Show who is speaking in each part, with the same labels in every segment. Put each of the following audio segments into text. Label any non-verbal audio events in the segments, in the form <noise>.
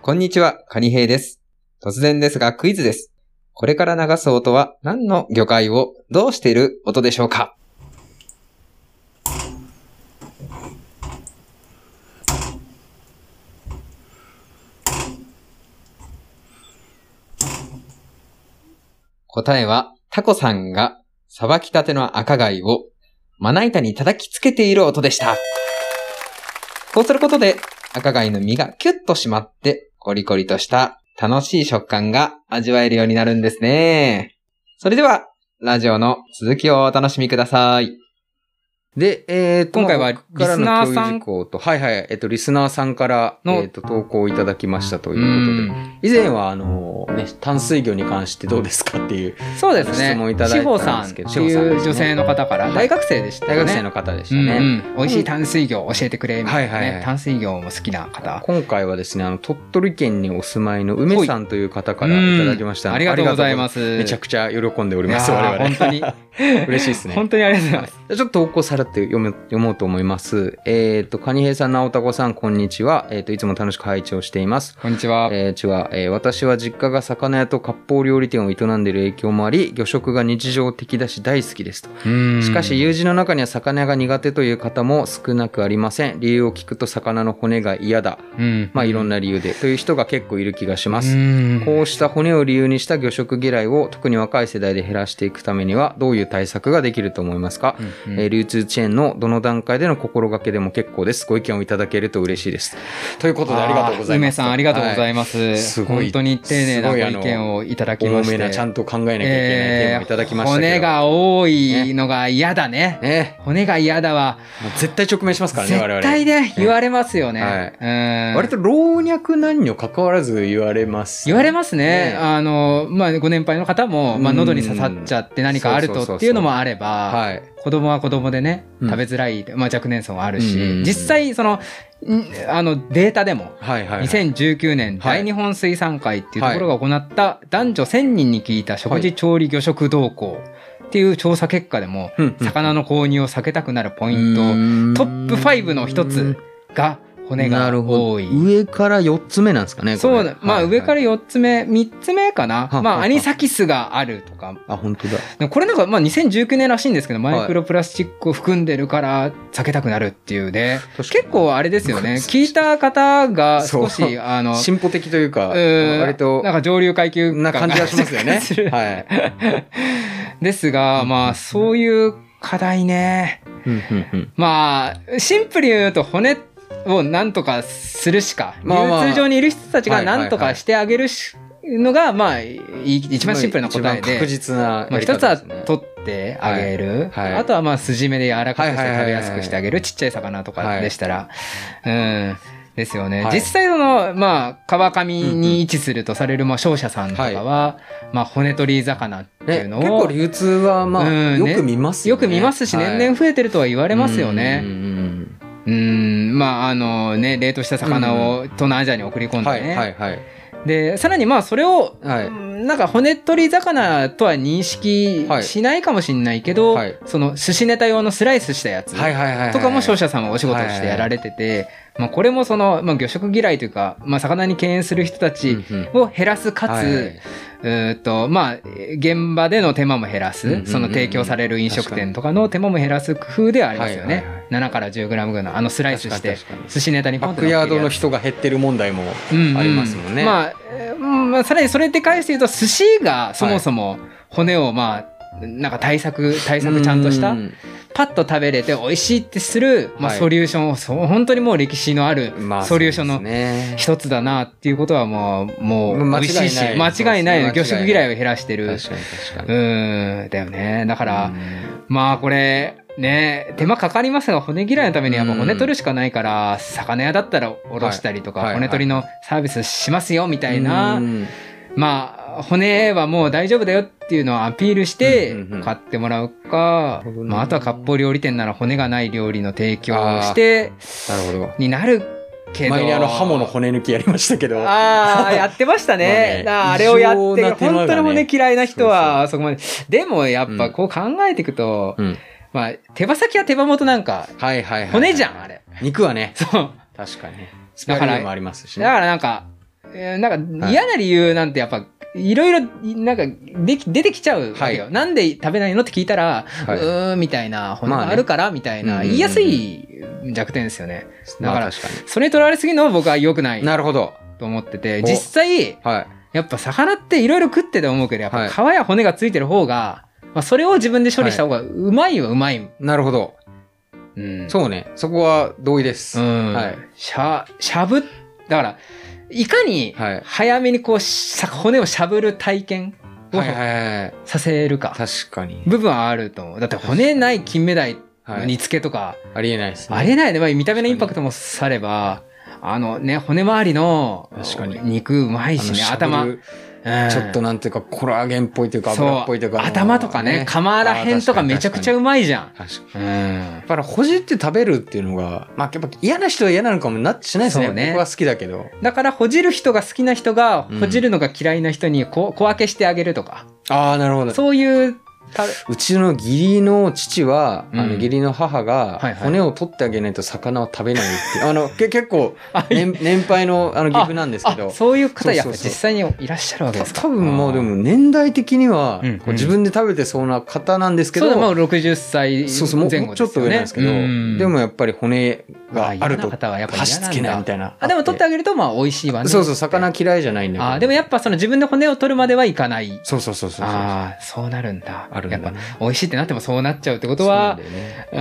Speaker 1: こんにちは、カニヘイです。突然ですがクイズです。これから流す音は何の魚介をどうしている音でしょうか答えは、タコさんがさばきたての赤貝をまな板に叩きつけている音でした。こうすることで赤貝の身がキュッと締まって、コリコリとした楽しい食感が味わえるようになるんですね。それでは、ラジオの続きをお楽しみください。
Speaker 2: で、えーと、
Speaker 1: 今回は
Speaker 2: まあ僕からの
Speaker 1: リス
Speaker 2: 共
Speaker 1: ナーさ
Speaker 2: 有
Speaker 1: ん
Speaker 2: 事項と、はいはい、えっと、リスナーさんから、
Speaker 1: の
Speaker 2: えっと、投稿いただきましたとい
Speaker 1: と
Speaker 2: うこ
Speaker 1: うこと
Speaker 2: とで、以前は、あの、ね、淡水魚に関してどうですかっていう、
Speaker 1: で。そうですね。
Speaker 2: 質問いただい
Speaker 1: 志保
Speaker 2: た
Speaker 1: さ
Speaker 2: んで
Speaker 1: んっ
Speaker 2: す
Speaker 1: て
Speaker 2: け
Speaker 1: い
Speaker 2: ど
Speaker 1: う女性の方から、大学生でしたよ
Speaker 2: 大
Speaker 1: ね。
Speaker 2: 学生の方でした
Speaker 1: うん
Speaker 2: ね。
Speaker 1: うん美味しい淡水魚教えてくれみたいなね、
Speaker 2: はいはいはい
Speaker 1: 淡水魚も好きな方
Speaker 2: 今回はですね、あの、鳥取県にお住まいの梅さんという方からいただきました。
Speaker 1: うんありがとうござい
Speaker 2: す。
Speaker 1: ます
Speaker 2: めちゃくちゃ喜んでおり
Speaker 1: いや
Speaker 2: ます、
Speaker 1: ー
Speaker 2: 我々。
Speaker 1: 本当に
Speaker 2: 嬉しいですね。
Speaker 1: 本当にありがとうございます、
Speaker 2: じゃあちょっと投稿さらって読め読もうと思います。えっ、と、カニヘイさん、ナオタコさん、こんにちは。えっ、と、いつも楽しく拝聴しています。
Speaker 1: こんにちは、
Speaker 2: えー、ちは、えー私は実家が魚屋と割烹料理店を営んでいる影響もあり魚食が日常的だし大好きですと
Speaker 1: うん
Speaker 2: しかし友人の中には魚屋が苦手という方も少なくありません理由を聞くと魚の骨が嫌だ
Speaker 1: うん
Speaker 2: まあいろんな理由でという人が結構いる気がします
Speaker 1: うん
Speaker 2: こうした骨を理由にした魚食嫌いを特に若い世代で減らしていくためにはどういう対策ができると思いますか、
Speaker 1: うん
Speaker 2: えー流通チェーンのどの段階での心がけでも結構ですご意見をいただけると嬉しいですということでありがとうございます
Speaker 1: 梅さんありがとうござ
Speaker 2: はい
Speaker 1: ます。
Speaker 2: いすごい
Speaker 1: 本当に丁寧
Speaker 2: す
Speaker 1: なご
Speaker 2: ごいあ
Speaker 1: 意
Speaker 2: の
Speaker 1: 見をいただきま
Speaker 2: 重
Speaker 1: して。
Speaker 2: めなちゃんと考えなきゃいけないテーマをいただきま
Speaker 1: えー
Speaker 2: したけど、
Speaker 1: 骨が多いのが嫌だね。
Speaker 2: ね
Speaker 1: 骨が嫌だは、
Speaker 2: もう絶対直面しますからね
Speaker 1: 絶
Speaker 2: 我々
Speaker 1: 対ね、言われますよね。
Speaker 2: はい
Speaker 1: うん
Speaker 2: 割と老若男女関わらず言われます
Speaker 1: 言われますね。
Speaker 2: ね
Speaker 1: あの、まあ、ご年配の方も、まあ、
Speaker 2: うん
Speaker 1: 喉に刺さっちゃって何かある
Speaker 2: そうそうそう
Speaker 1: と
Speaker 2: そう
Speaker 1: っていうのもあれば、
Speaker 2: はい
Speaker 1: 子供は子供でね、
Speaker 2: うん
Speaker 1: 食べづらい、まあ、若年層もある
Speaker 2: うんうんう
Speaker 1: し、
Speaker 2: ん
Speaker 1: 実際、その、んあの、データでも、
Speaker 2: はいはい、はい、
Speaker 1: 2019年
Speaker 2: はい
Speaker 1: 大日本水産会っていうところが行った男女1000人に聞いた食事調理魚食動向っていう調査結果でも
Speaker 2: うん
Speaker 1: 魚の購入を避けたくなるポイント
Speaker 2: うん
Speaker 1: トップ5の一つが骨が
Speaker 2: なるほど
Speaker 1: 多い。
Speaker 2: 上から4つ目なんですかねこれ
Speaker 1: そうだ、ま
Speaker 2: は
Speaker 1: あ
Speaker 2: いはい
Speaker 1: 上から4つ目、3つ目かな。
Speaker 2: は
Speaker 1: まあ
Speaker 2: は
Speaker 1: アニサキスがあるとか。
Speaker 2: あ本当だ
Speaker 1: でもこれなんかまあ2019年らしいんですけど、
Speaker 2: い
Speaker 1: マイクロプラスチックを含んでるから避けたくなるっていうね。
Speaker 2: 確かに
Speaker 1: 結構あれですよね。聞いた方が少
Speaker 2: そう
Speaker 1: し、
Speaker 2: <laughs>
Speaker 1: あの、
Speaker 2: 進歩的というか
Speaker 1: うん
Speaker 2: 割と
Speaker 1: なんか上流階級感
Speaker 2: な感じがしますよね
Speaker 1: する
Speaker 2: はい、
Speaker 1: <laughs> ですが、まあ、そういう課題ね。
Speaker 2: うんうんうん
Speaker 1: まあ、シンプルに言うと骨をなんとかするしか、
Speaker 2: まあまあ
Speaker 1: 流通上にいる人たちが
Speaker 2: はいはいはい
Speaker 1: なんとかしてあげるしのが、まあ、い一番シンプルな答え
Speaker 2: 一番確
Speaker 1: で。
Speaker 2: 実な
Speaker 1: まあ、
Speaker 2: やり方
Speaker 1: 一つは
Speaker 2: ですね
Speaker 1: 取ってあげる、
Speaker 2: はいはい
Speaker 1: あとはまあ筋目で柔らかくして
Speaker 2: はいはいはいはい
Speaker 1: 食べやすくしてあげるちっちゃい魚とかでしたら、うんですよね、
Speaker 2: はい
Speaker 1: 実際そのまあ川上に位置するとされるまあ商社さんとかは、まあ、骨取り魚っていう
Speaker 2: ね、
Speaker 1: のを
Speaker 2: 結構流通はまあ
Speaker 1: うん
Speaker 2: よ
Speaker 1: ね
Speaker 2: く見ます
Speaker 1: よく見ますし、年々増えてるとは言わ
Speaker 2: れ
Speaker 1: れますよね。
Speaker 2: うんうん
Speaker 1: うん、まあ、あのね、冷凍した魚を東南アジアに送り
Speaker 2: う
Speaker 1: 込
Speaker 2: んん
Speaker 1: で
Speaker 2: は
Speaker 1: ね。
Speaker 2: いはいはい
Speaker 1: で、さらにまあ、それを、
Speaker 2: はい
Speaker 1: うんなんか骨取り魚とは認識
Speaker 2: はい
Speaker 1: しないかもしれないけど、
Speaker 2: はい
Speaker 1: その寿司ネタ用のスライスしたやつ
Speaker 2: はいはいはいはい
Speaker 1: とかも商社さんはお仕事してやられてて、まあ、これもその、まあ、魚食嫌いというか、まあ、魚に敬遠する人たち
Speaker 2: うんうん
Speaker 1: を減らすかつ、
Speaker 2: はいはい
Speaker 1: えーっとまあ現場での手間も減らす、
Speaker 2: うんうんうんうん
Speaker 1: その提供される飲食店とかの手間も減らす工夫ではありますよね、
Speaker 2: はいはいはい
Speaker 1: 7から 10g ぐらいのあのスライスして
Speaker 2: 確かに確かに
Speaker 1: 寿司ネタにポ
Speaker 2: バ
Speaker 1: ン
Speaker 2: ッ
Speaker 1: と
Speaker 2: ク
Speaker 1: 乗っけるや
Speaker 2: ヤ
Speaker 1: つ
Speaker 2: ードの人が減ってる問題もありますもんね。
Speaker 1: ううまあ、えーうんまあ、さらにそれって返して言うと寿司がそもそも骨をまあなんか対策対策ちゃんとした、
Speaker 2: うん
Speaker 1: パッと食べれて美味しいってする、まあ、
Speaker 2: はい
Speaker 1: ソリューションを、そう本当にもう歴史のある
Speaker 2: まあ
Speaker 1: ソリューションの
Speaker 2: そうですね
Speaker 1: 一つだなっていうことはもうもう
Speaker 2: 間違
Speaker 1: 美
Speaker 2: いない
Speaker 1: 味しいし間違いない
Speaker 2: そう
Speaker 1: 魚
Speaker 2: ですね
Speaker 1: 食嫌いを減らしてる
Speaker 2: 確かに確
Speaker 1: う
Speaker 2: かに。
Speaker 1: ーん、だよね。だから、
Speaker 2: うん
Speaker 1: まあこれ、ね、手間かかりますが、骨嫌いのためにはもう骨取るしかないから、魚屋だったらおろしたりとか、
Speaker 2: はいはい
Speaker 1: 骨取りのサービスしますよ、みたいな、
Speaker 2: うん
Speaker 1: まあ、骨はもう大丈夫だよっていうのをアピールして
Speaker 2: うんうんうん
Speaker 1: 買ってもらうか、
Speaker 2: なるほどね
Speaker 1: まあ、あとは割烹料理店なら骨がない料理の提供をして、
Speaker 2: なるほど。
Speaker 1: になるけど。
Speaker 2: 前にあのハモの骨抜きやりましたけど。
Speaker 1: ああ、やってました
Speaker 2: <laughs>
Speaker 1: ね。
Speaker 2: ま
Speaker 1: な
Speaker 2: あね
Speaker 1: ああれをやっ
Speaker 2: 異
Speaker 1: て
Speaker 2: 常な手
Speaker 1: る、
Speaker 2: 間がね
Speaker 1: 本当に骨嫌いな人は、そこまで。でも、やっぱこう考えていくと、
Speaker 2: うん
Speaker 1: まあ、手羽先は手羽元なんか、
Speaker 2: はいはいはい。
Speaker 1: 骨じゃん、あれ。
Speaker 2: 肉はね、
Speaker 1: そう。
Speaker 2: 確かに。ス
Speaker 1: だ
Speaker 2: パ
Speaker 1: から
Speaker 2: リもありますし
Speaker 1: だ
Speaker 2: ね。
Speaker 1: からなんか、えーなんか
Speaker 2: はい
Speaker 1: 嫌な理由なんてやっぱ、いろいろ、なんか、でき、出てきちゃうわけよ、
Speaker 2: は
Speaker 1: なんで食べないのって聞いたら、
Speaker 2: はいう
Speaker 1: ーん、みたいな、骨
Speaker 2: まあ
Speaker 1: が
Speaker 2: ね
Speaker 1: あるから、みたいな、
Speaker 2: うんうんうん
Speaker 1: 言いやすい弱点ですよね。だ
Speaker 2: ま
Speaker 1: か
Speaker 2: あ
Speaker 1: ら
Speaker 2: 確か
Speaker 1: それにとらわれすぎるのは僕は良くない
Speaker 2: に。なるほど。
Speaker 1: と思ってて、
Speaker 2: お
Speaker 1: 実際、
Speaker 2: はい。
Speaker 1: やっぱ魚っていろいろ食ってて思うけど、やっ
Speaker 2: は
Speaker 1: ぱ
Speaker 2: い
Speaker 1: 皮や骨がついてる方が、まあそれを自分で処理した方がうまいはうまい。
Speaker 2: なるほど。
Speaker 1: うん。
Speaker 2: そうね。そこは同意で
Speaker 1: う
Speaker 2: す。
Speaker 1: ん。
Speaker 2: はい
Speaker 1: しゃ、しゃぶ、だから、いかに
Speaker 2: はい
Speaker 1: 早めにこう、さ骨をしゃぶる体験を
Speaker 2: はいはいはい。
Speaker 1: させるか、
Speaker 2: 確かに。
Speaker 1: 部分はあると思う。だって骨ない金目鯛
Speaker 2: は
Speaker 1: の
Speaker 2: い
Speaker 1: 煮付けとか、
Speaker 2: ありえないですね。
Speaker 1: ありえないね。まあ、見た目のインパクトもされば、あのね、骨周りの
Speaker 2: 確かに
Speaker 1: 肉うまい
Speaker 2: あ
Speaker 1: し
Speaker 2: の
Speaker 1: ね、
Speaker 2: しゃぶる
Speaker 1: 頭。うん
Speaker 2: ちょっとなんていうか、コラーゲンっぽいというか、
Speaker 1: そう
Speaker 2: 油っぽいというか。
Speaker 1: 頭とかね、釜らへんとかめちゃくちゃ
Speaker 2: う
Speaker 1: うまいじゃ
Speaker 2: まい。確かに。
Speaker 1: ん。うん
Speaker 2: やっ。ぱりほじって食べるっていうのが、まあやっぱ嫌な人は嫌なのかもなってしないですね。
Speaker 1: そうね
Speaker 2: 僕は好きだけど。
Speaker 1: だから、ほじる人が好きな人が、
Speaker 2: うん
Speaker 1: ほじるのが嫌いな人にこ小分けしてあげるとか、
Speaker 2: ああ、なるほど。
Speaker 1: そういう、た
Speaker 2: うちの義理の父は、
Speaker 1: うん
Speaker 2: あの義理の母
Speaker 1: はいはい
Speaker 2: が骨を取ってあげないと魚は食べないっていう、 <laughs> あのけ結構
Speaker 1: あ
Speaker 2: 年年配のあの岐阜なんですけ
Speaker 1: あ
Speaker 2: ど
Speaker 1: そういう方、やっ
Speaker 2: そう
Speaker 1: ぱ
Speaker 2: そう
Speaker 1: 実
Speaker 2: そう
Speaker 1: 際にいらっしゃるわけですか。
Speaker 2: 多分もうで
Speaker 1: あー、
Speaker 2: も年代的には
Speaker 1: うん
Speaker 2: こう自分で食べてそうな方なんですけ
Speaker 1: そ
Speaker 2: ど、
Speaker 1: うだ、もう60歳
Speaker 2: そうそうもう
Speaker 1: 前
Speaker 2: も
Speaker 1: 後
Speaker 2: うちょっと上なんですけど、でもやっぱり骨がある
Speaker 1: 嫌な
Speaker 2: と
Speaker 1: 方はやっぱ
Speaker 2: 箸
Speaker 1: 嫌な
Speaker 2: つ
Speaker 1: ん
Speaker 2: けないみ
Speaker 1: だ。
Speaker 2: たいな
Speaker 1: あ、でも取ってあげると、まあ、美味しいわね。
Speaker 2: そうそう魚嫌いじゃないんだけど
Speaker 1: あー、でもやっぱその自分で骨を取るまではいかない。
Speaker 2: そうそうそうそうそう
Speaker 1: ああ、そうなるんだ。
Speaker 2: あるん
Speaker 1: や
Speaker 2: だ
Speaker 1: っ
Speaker 2: ね
Speaker 1: ぱ、美味しいってなってもそうなっちゃうってこと
Speaker 2: そうなん
Speaker 1: は
Speaker 2: だ、よね
Speaker 1: え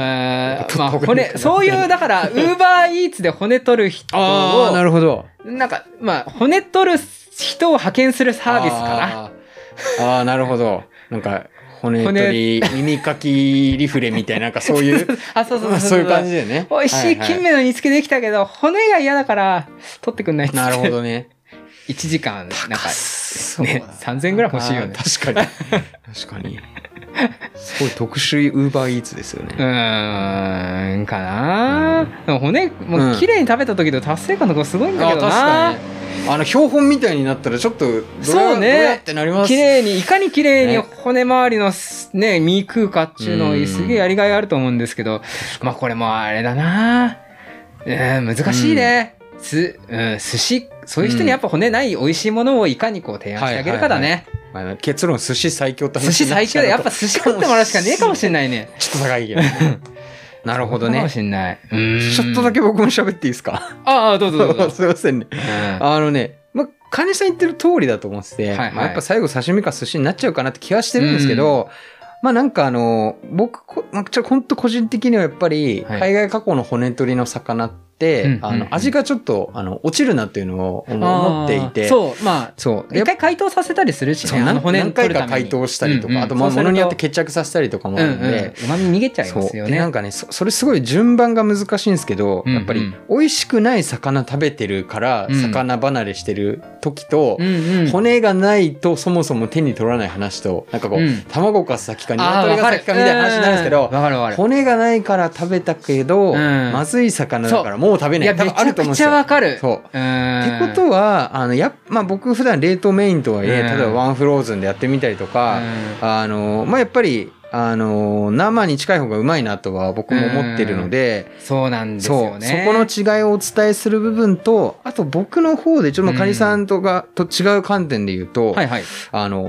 Speaker 1: ーまあ
Speaker 2: 取った方がいい
Speaker 1: 骨
Speaker 2: かな
Speaker 1: そういうだからウーバーイーツで骨取る人
Speaker 2: ああな
Speaker 1: を
Speaker 2: るほど
Speaker 1: なんかまあ骨取る人を派遣するサービスか
Speaker 2: なあーあーなるほどなんか骨取り耳かきリフレみたいななんかそういう
Speaker 1: なあ <laughs> そうそうそう
Speaker 2: そういう感じだよね
Speaker 1: 美味しい金目の煮付けできたけど骨が嫌だから取ってくんないっつって
Speaker 2: なるほどね
Speaker 1: 1時間なんか
Speaker 2: そう
Speaker 1: ね3000ぐらい欲しいよね
Speaker 2: あー確かに確かにすごい特殊ウーバーイーツですよ
Speaker 1: う
Speaker 2: ね
Speaker 1: ーんかな、でも骨もううん綺麗に食べた時の達成感とかすごいんだけどな、
Speaker 2: にあの標本みたいになったらちょっとどや
Speaker 1: そうね
Speaker 2: どやってなります
Speaker 1: 綺麗にいかに綺麗に
Speaker 2: ね
Speaker 1: 骨周りのすね身食うかっちゅうの
Speaker 2: うん
Speaker 1: すげえやりがいあると思うんですけどまあこれもあれだなえー難しいね、すうん、寿司そういう人にやっぱ骨ない美味しいものをいかにこう提案してあげるかだね、
Speaker 2: まあ結論寿司最強って話
Speaker 1: 寿司最強でやっぱ寿司食ってもらうしかねえかもしれ
Speaker 2: ない
Speaker 1: ないね
Speaker 2: ちょっと高いけど
Speaker 1: <laughs>
Speaker 2: なるほど
Speaker 1: かも
Speaker 2: ね
Speaker 1: しれないうん
Speaker 2: ちょっとだけ僕も喋っていいですか
Speaker 1: ああどうぞどうぞ
Speaker 2: <laughs> すいませんね。
Speaker 1: うん
Speaker 2: あのね、まあ、金さん言ってる通りだと思ってて、
Speaker 1: はいはい
Speaker 2: まあやっぱ最後刺身か寿司になっちゃうかなって気はしてるんですけど、まあなんかあの、僕こ、まあ、ちょ、本当個人的にはやっぱり、
Speaker 1: はい
Speaker 2: 海外加工の骨取りの魚って、
Speaker 1: うんうん
Speaker 2: あの、味がちょっと、あの、落ちるなっていうのを思
Speaker 1: あー
Speaker 2: っていて、う。
Speaker 1: そうまあ
Speaker 2: そう。
Speaker 1: 一回解凍させたりするし
Speaker 2: そ
Speaker 1: ね
Speaker 2: う
Speaker 1: あの
Speaker 2: 何
Speaker 1: 骨
Speaker 2: 何
Speaker 1: 取
Speaker 2: 回
Speaker 1: る
Speaker 2: か
Speaker 1: ため
Speaker 2: 解
Speaker 1: に
Speaker 2: 凍したりとか、
Speaker 1: うんうん
Speaker 2: あとまあ
Speaker 1: そうする
Speaker 2: 物
Speaker 1: と
Speaker 2: によって決着させたりとかもあ
Speaker 1: うんう
Speaker 2: るんで、
Speaker 1: んうまみ逃げちゃいますよ
Speaker 2: そうでな
Speaker 1: ね
Speaker 2: んかねそそれすごい順番が難しいんですけど、
Speaker 1: うんうん
Speaker 2: やっぱり美味しくない魚食べてるから
Speaker 1: うん
Speaker 2: 魚離れしてる時と、
Speaker 1: うんうん
Speaker 2: 骨がないとそもそも手に取らない話となんかこう、
Speaker 1: うん
Speaker 2: 卵か先か
Speaker 1: あ
Speaker 2: 鶏が先かみたいな話になるんですけ
Speaker 1: わ
Speaker 2: ど、
Speaker 1: かるわかる。
Speaker 2: 骨がないから食べたけど、
Speaker 1: うん
Speaker 2: まずい魚だからもう食べ
Speaker 1: い
Speaker 2: ない
Speaker 1: や、
Speaker 2: 多
Speaker 1: め
Speaker 2: 分ある
Speaker 1: ち
Speaker 2: と
Speaker 1: ゃ
Speaker 2: 思うん
Speaker 1: く
Speaker 2: です
Speaker 1: ちゃ
Speaker 2: よ。
Speaker 1: わかる。
Speaker 2: そう
Speaker 1: うーん。
Speaker 2: ってことはあのやっ、まあ、僕普段冷凍メインとはいえ、
Speaker 1: うん
Speaker 2: 例えばワンフローズンでやってみたりとか、
Speaker 1: は、
Speaker 2: あのまあやっぱりあの生に近い方がうまいなとは僕も思ってるので、
Speaker 1: そうなんです
Speaker 2: そ
Speaker 1: よ
Speaker 2: う
Speaker 1: ね。
Speaker 2: そこの違いをお伝えする部分とあと僕の方でちょっとまあカニさんとか、と違う観点で言うと、
Speaker 1: はいはい。
Speaker 2: あの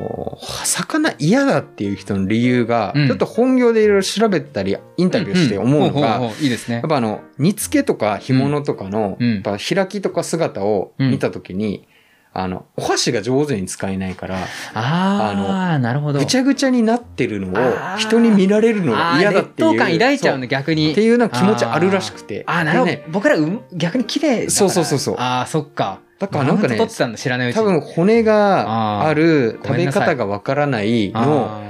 Speaker 2: 魚嫌だっていう人の理由が、
Speaker 1: うん
Speaker 2: ちょっと本業でいろいろ調べたりインタビューして思うのが、
Speaker 1: んんほうほうほういいですね
Speaker 2: やっ。ぱあの煮付けとか干物とかの、
Speaker 1: うんうん
Speaker 2: やっぱ開きとか姿を見た時に、あのお箸が上手に使えないから。
Speaker 1: ああ、なるほど。
Speaker 2: ぐち
Speaker 1: ゃ
Speaker 2: ゃぐちゃになってるの
Speaker 1: あー
Speaker 2: を人に見られるのが嫌だっていう
Speaker 1: 劣等感抱いちゃうの、
Speaker 2: そ
Speaker 1: 逆
Speaker 2: う
Speaker 1: に。
Speaker 2: っていうような気持ちあるらしくて
Speaker 1: あーなるほど、
Speaker 2: でね
Speaker 1: 僕らうん逆に綺麗だから
Speaker 2: そうそうそうそう
Speaker 1: ああそっか
Speaker 2: だからなんか
Speaker 1: マウント
Speaker 2: ね
Speaker 1: 取ってたんだ知らないうちに
Speaker 2: 多分骨
Speaker 1: あー
Speaker 2: がある
Speaker 1: ご
Speaker 2: 食
Speaker 1: めん
Speaker 2: べ
Speaker 1: なさ
Speaker 2: 方
Speaker 1: い
Speaker 2: がわからないの
Speaker 1: あ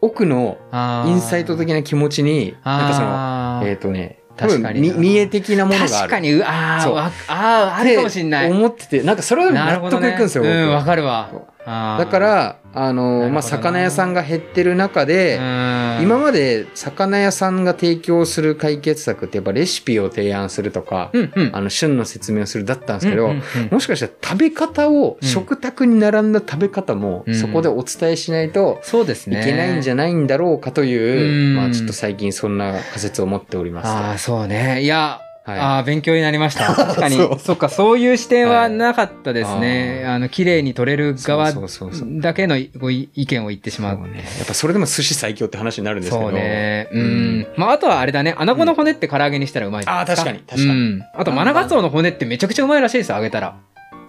Speaker 2: 奥の
Speaker 1: ーあー
Speaker 2: インサイト的な気持ちになんかそ
Speaker 1: あ
Speaker 2: の
Speaker 1: ー
Speaker 2: えっとね多
Speaker 1: 確か
Speaker 2: 分
Speaker 1: に
Speaker 2: み見栄的なものがある
Speaker 1: 確かにうあー
Speaker 2: そう
Speaker 1: わあーあるかもしんない
Speaker 2: って思っててなんかそれは
Speaker 1: なる
Speaker 2: 納
Speaker 1: ほど
Speaker 2: 得
Speaker 1: ね
Speaker 2: いくんですよ、
Speaker 1: うん、
Speaker 2: 僕
Speaker 1: わかるわ
Speaker 2: そう。
Speaker 1: あー
Speaker 2: だか、らあ
Speaker 1: なるほど
Speaker 2: の
Speaker 1: な
Speaker 2: まあ魚屋さんが減ってる中で、今
Speaker 1: 今
Speaker 2: まで魚屋さんが提供する解決策ってやっぱレシピを提案するとか、
Speaker 1: うんうん、
Speaker 2: あの旬の説明をするだったんですけ
Speaker 1: う
Speaker 2: ど、
Speaker 1: んうんうん
Speaker 2: もしかしたら食べ方を、
Speaker 1: うん
Speaker 2: 食卓に並んだ食べ方も
Speaker 1: うん
Speaker 2: そこでお伝えしないと
Speaker 1: そうです
Speaker 2: い
Speaker 1: ね。
Speaker 2: けないんじ
Speaker 1: ゃ
Speaker 2: ゃないんだろうかという、
Speaker 1: うん
Speaker 2: まあちょっと最近そんな仮説を持っております
Speaker 1: ああ、そうね。いや、
Speaker 2: はい、
Speaker 1: ああ、勉強になりました。確かに。
Speaker 2: <laughs> そ
Speaker 1: そううか、そういう視点
Speaker 2: は
Speaker 1: はいなかったですね。
Speaker 2: あ
Speaker 1: あの、綺麗に取れる側
Speaker 2: そうそうそうそう
Speaker 1: だけのご意意見を言ってしまう
Speaker 2: そ。うねやっぱそれでも寿司最強って話になるんですけど。
Speaker 1: そうね。う
Speaker 2: うん
Speaker 1: ん。まあ、あとはあれだね。穴子の骨って唐揚げにしたらうまい
Speaker 2: ああ、確か
Speaker 1: に。
Speaker 2: に、確か
Speaker 1: う
Speaker 2: に。
Speaker 1: ん。あと、マナガツオの骨ってめちゃくちゃうまいらしいです、揚げたら。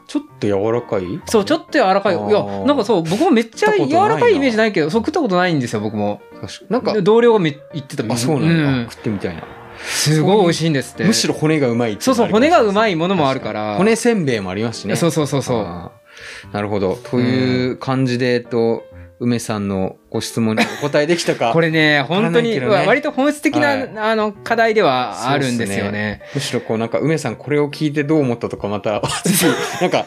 Speaker 2: ちょっと柔らかい
Speaker 1: そう、ちょっと柔らかい。い
Speaker 2: あー
Speaker 1: や、なんかそう、僕もめっち
Speaker 2: 食った
Speaker 1: ゃ
Speaker 2: ことない
Speaker 1: 柔
Speaker 2: な
Speaker 1: らかいイメージないけど、そう、食ったことないんですよ、僕も。
Speaker 2: 確かなん
Speaker 1: で
Speaker 2: か、
Speaker 1: 同僚がめ言ってた
Speaker 2: あ、そうなんだ、
Speaker 1: ん
Speaker 2: 食ってみたいな。
Speaker 1: すごい美味しいんですって。
Speaker 2: むしろ骨がうまいってい
Speaker 1: そうそう、骨がうま
Speaker 2: い
Speaker 1: いものもあるから。
Speaker 2: 骨せんべいもありますしね。
Speaker 1: そうそうそうそう。
Speaker 2: あーなるほど。という感じで、えっと、梅さんのご質問にお答えできたか。
Speaker 1: <laughs> これね、
Speaker 2: ら
Speaker 1: 本
Speaker 2: な
Speaker 1: 当
Speaker 2: い
Speaker 1: に、
Speaker 2: けどね
Speaker 1: わ割と本質的な、
Speaker 2: はい
Speaker 1: あの、課題ではあるんですよね。
Speaker 2: むしろこうなんか、梅さんこれを聞いてどう思ったとかま
Speaker 1: <laughs>
Speaker 2: た、ぜひ、なんか、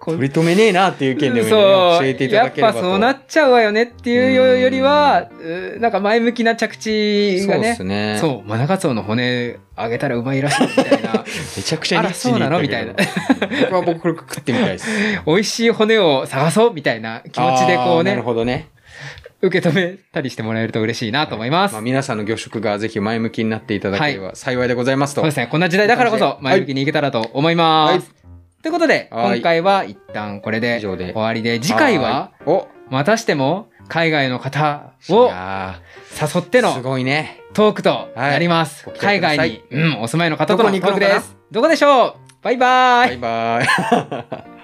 Speaker 1: こう
Speaker 2: 取り留めねえなっていう意見でもいいので
Speaker 1: そ
Speaker 2: 教
Speaker 1: う
Speaker 2: えていただければと。
Speaker 1: やっぱそうなっちゃうわよねっていうよ
Speaker 2: うん
Speaker 1: よりは、うーなんか前向きな着地
Speaker 2: そ
Speaker 1: が
Speaker 2: うで
Speaker 1: ね
Speaker 2: す。ね。
Speaker 1: そう、マナガツオの骨あげたらうまいらしいみたいな。 <laughs>
Speaker 2: めちゃくちゃニッチに
Speaker 1: あらそうなの
Speaker 2: 言ったけど僕は僕これ食ってみたいです。
Speaker 1: 美味しい骨を探そうみたいな <laughs> 気持ちでこ
Speaker 2: あー
Speaker 1: う
Speaker 2: なる
Speaker 1: ね、
Speaker 2: ほどね。
Speaker 1: 受け止めたりしてもらえると嬉しいなと思います。
Speaker 2: まあ、皆さんの魚食がぜひ前向きになっていただければ幸いでございますと。
Speaker 1: そうですね。こんな時代だからこそ
Speaker 2: はい
Speaker 1: 前向きにいけたらと思います。ということで、
Speaker 2: はい
Speaker 1: 今回は一旦これ
Speaker 2: 以
Speaker 1: で
Speaker 2: 上で
Speaker 1: 終わりで、次回はい
Speaker 2: お
Speaker 1: またしても海外の方
Speaker 2: い
Speaker 1: を
Speaker 2: や
Speaker 1: 誘って
Speaker 2: ーす
Speaker 1: の
Speaker 2: ごいね。
Speaker 1: トークとなります。
Speaker 2: はい
Speaker 1: 海外に、うん、お住まいの方と
Speaker 2: どこ
Speaker 1: の
Speaker 2: に
Speaker 1: ト
Speaker 2: 行く
Speaker 1: ー
Speaker 2: の
Speaker 1: ク
Speaker 2: かな
Speaker 1: です。どこでしょうバイバイ
Speaker 2: バイバイ。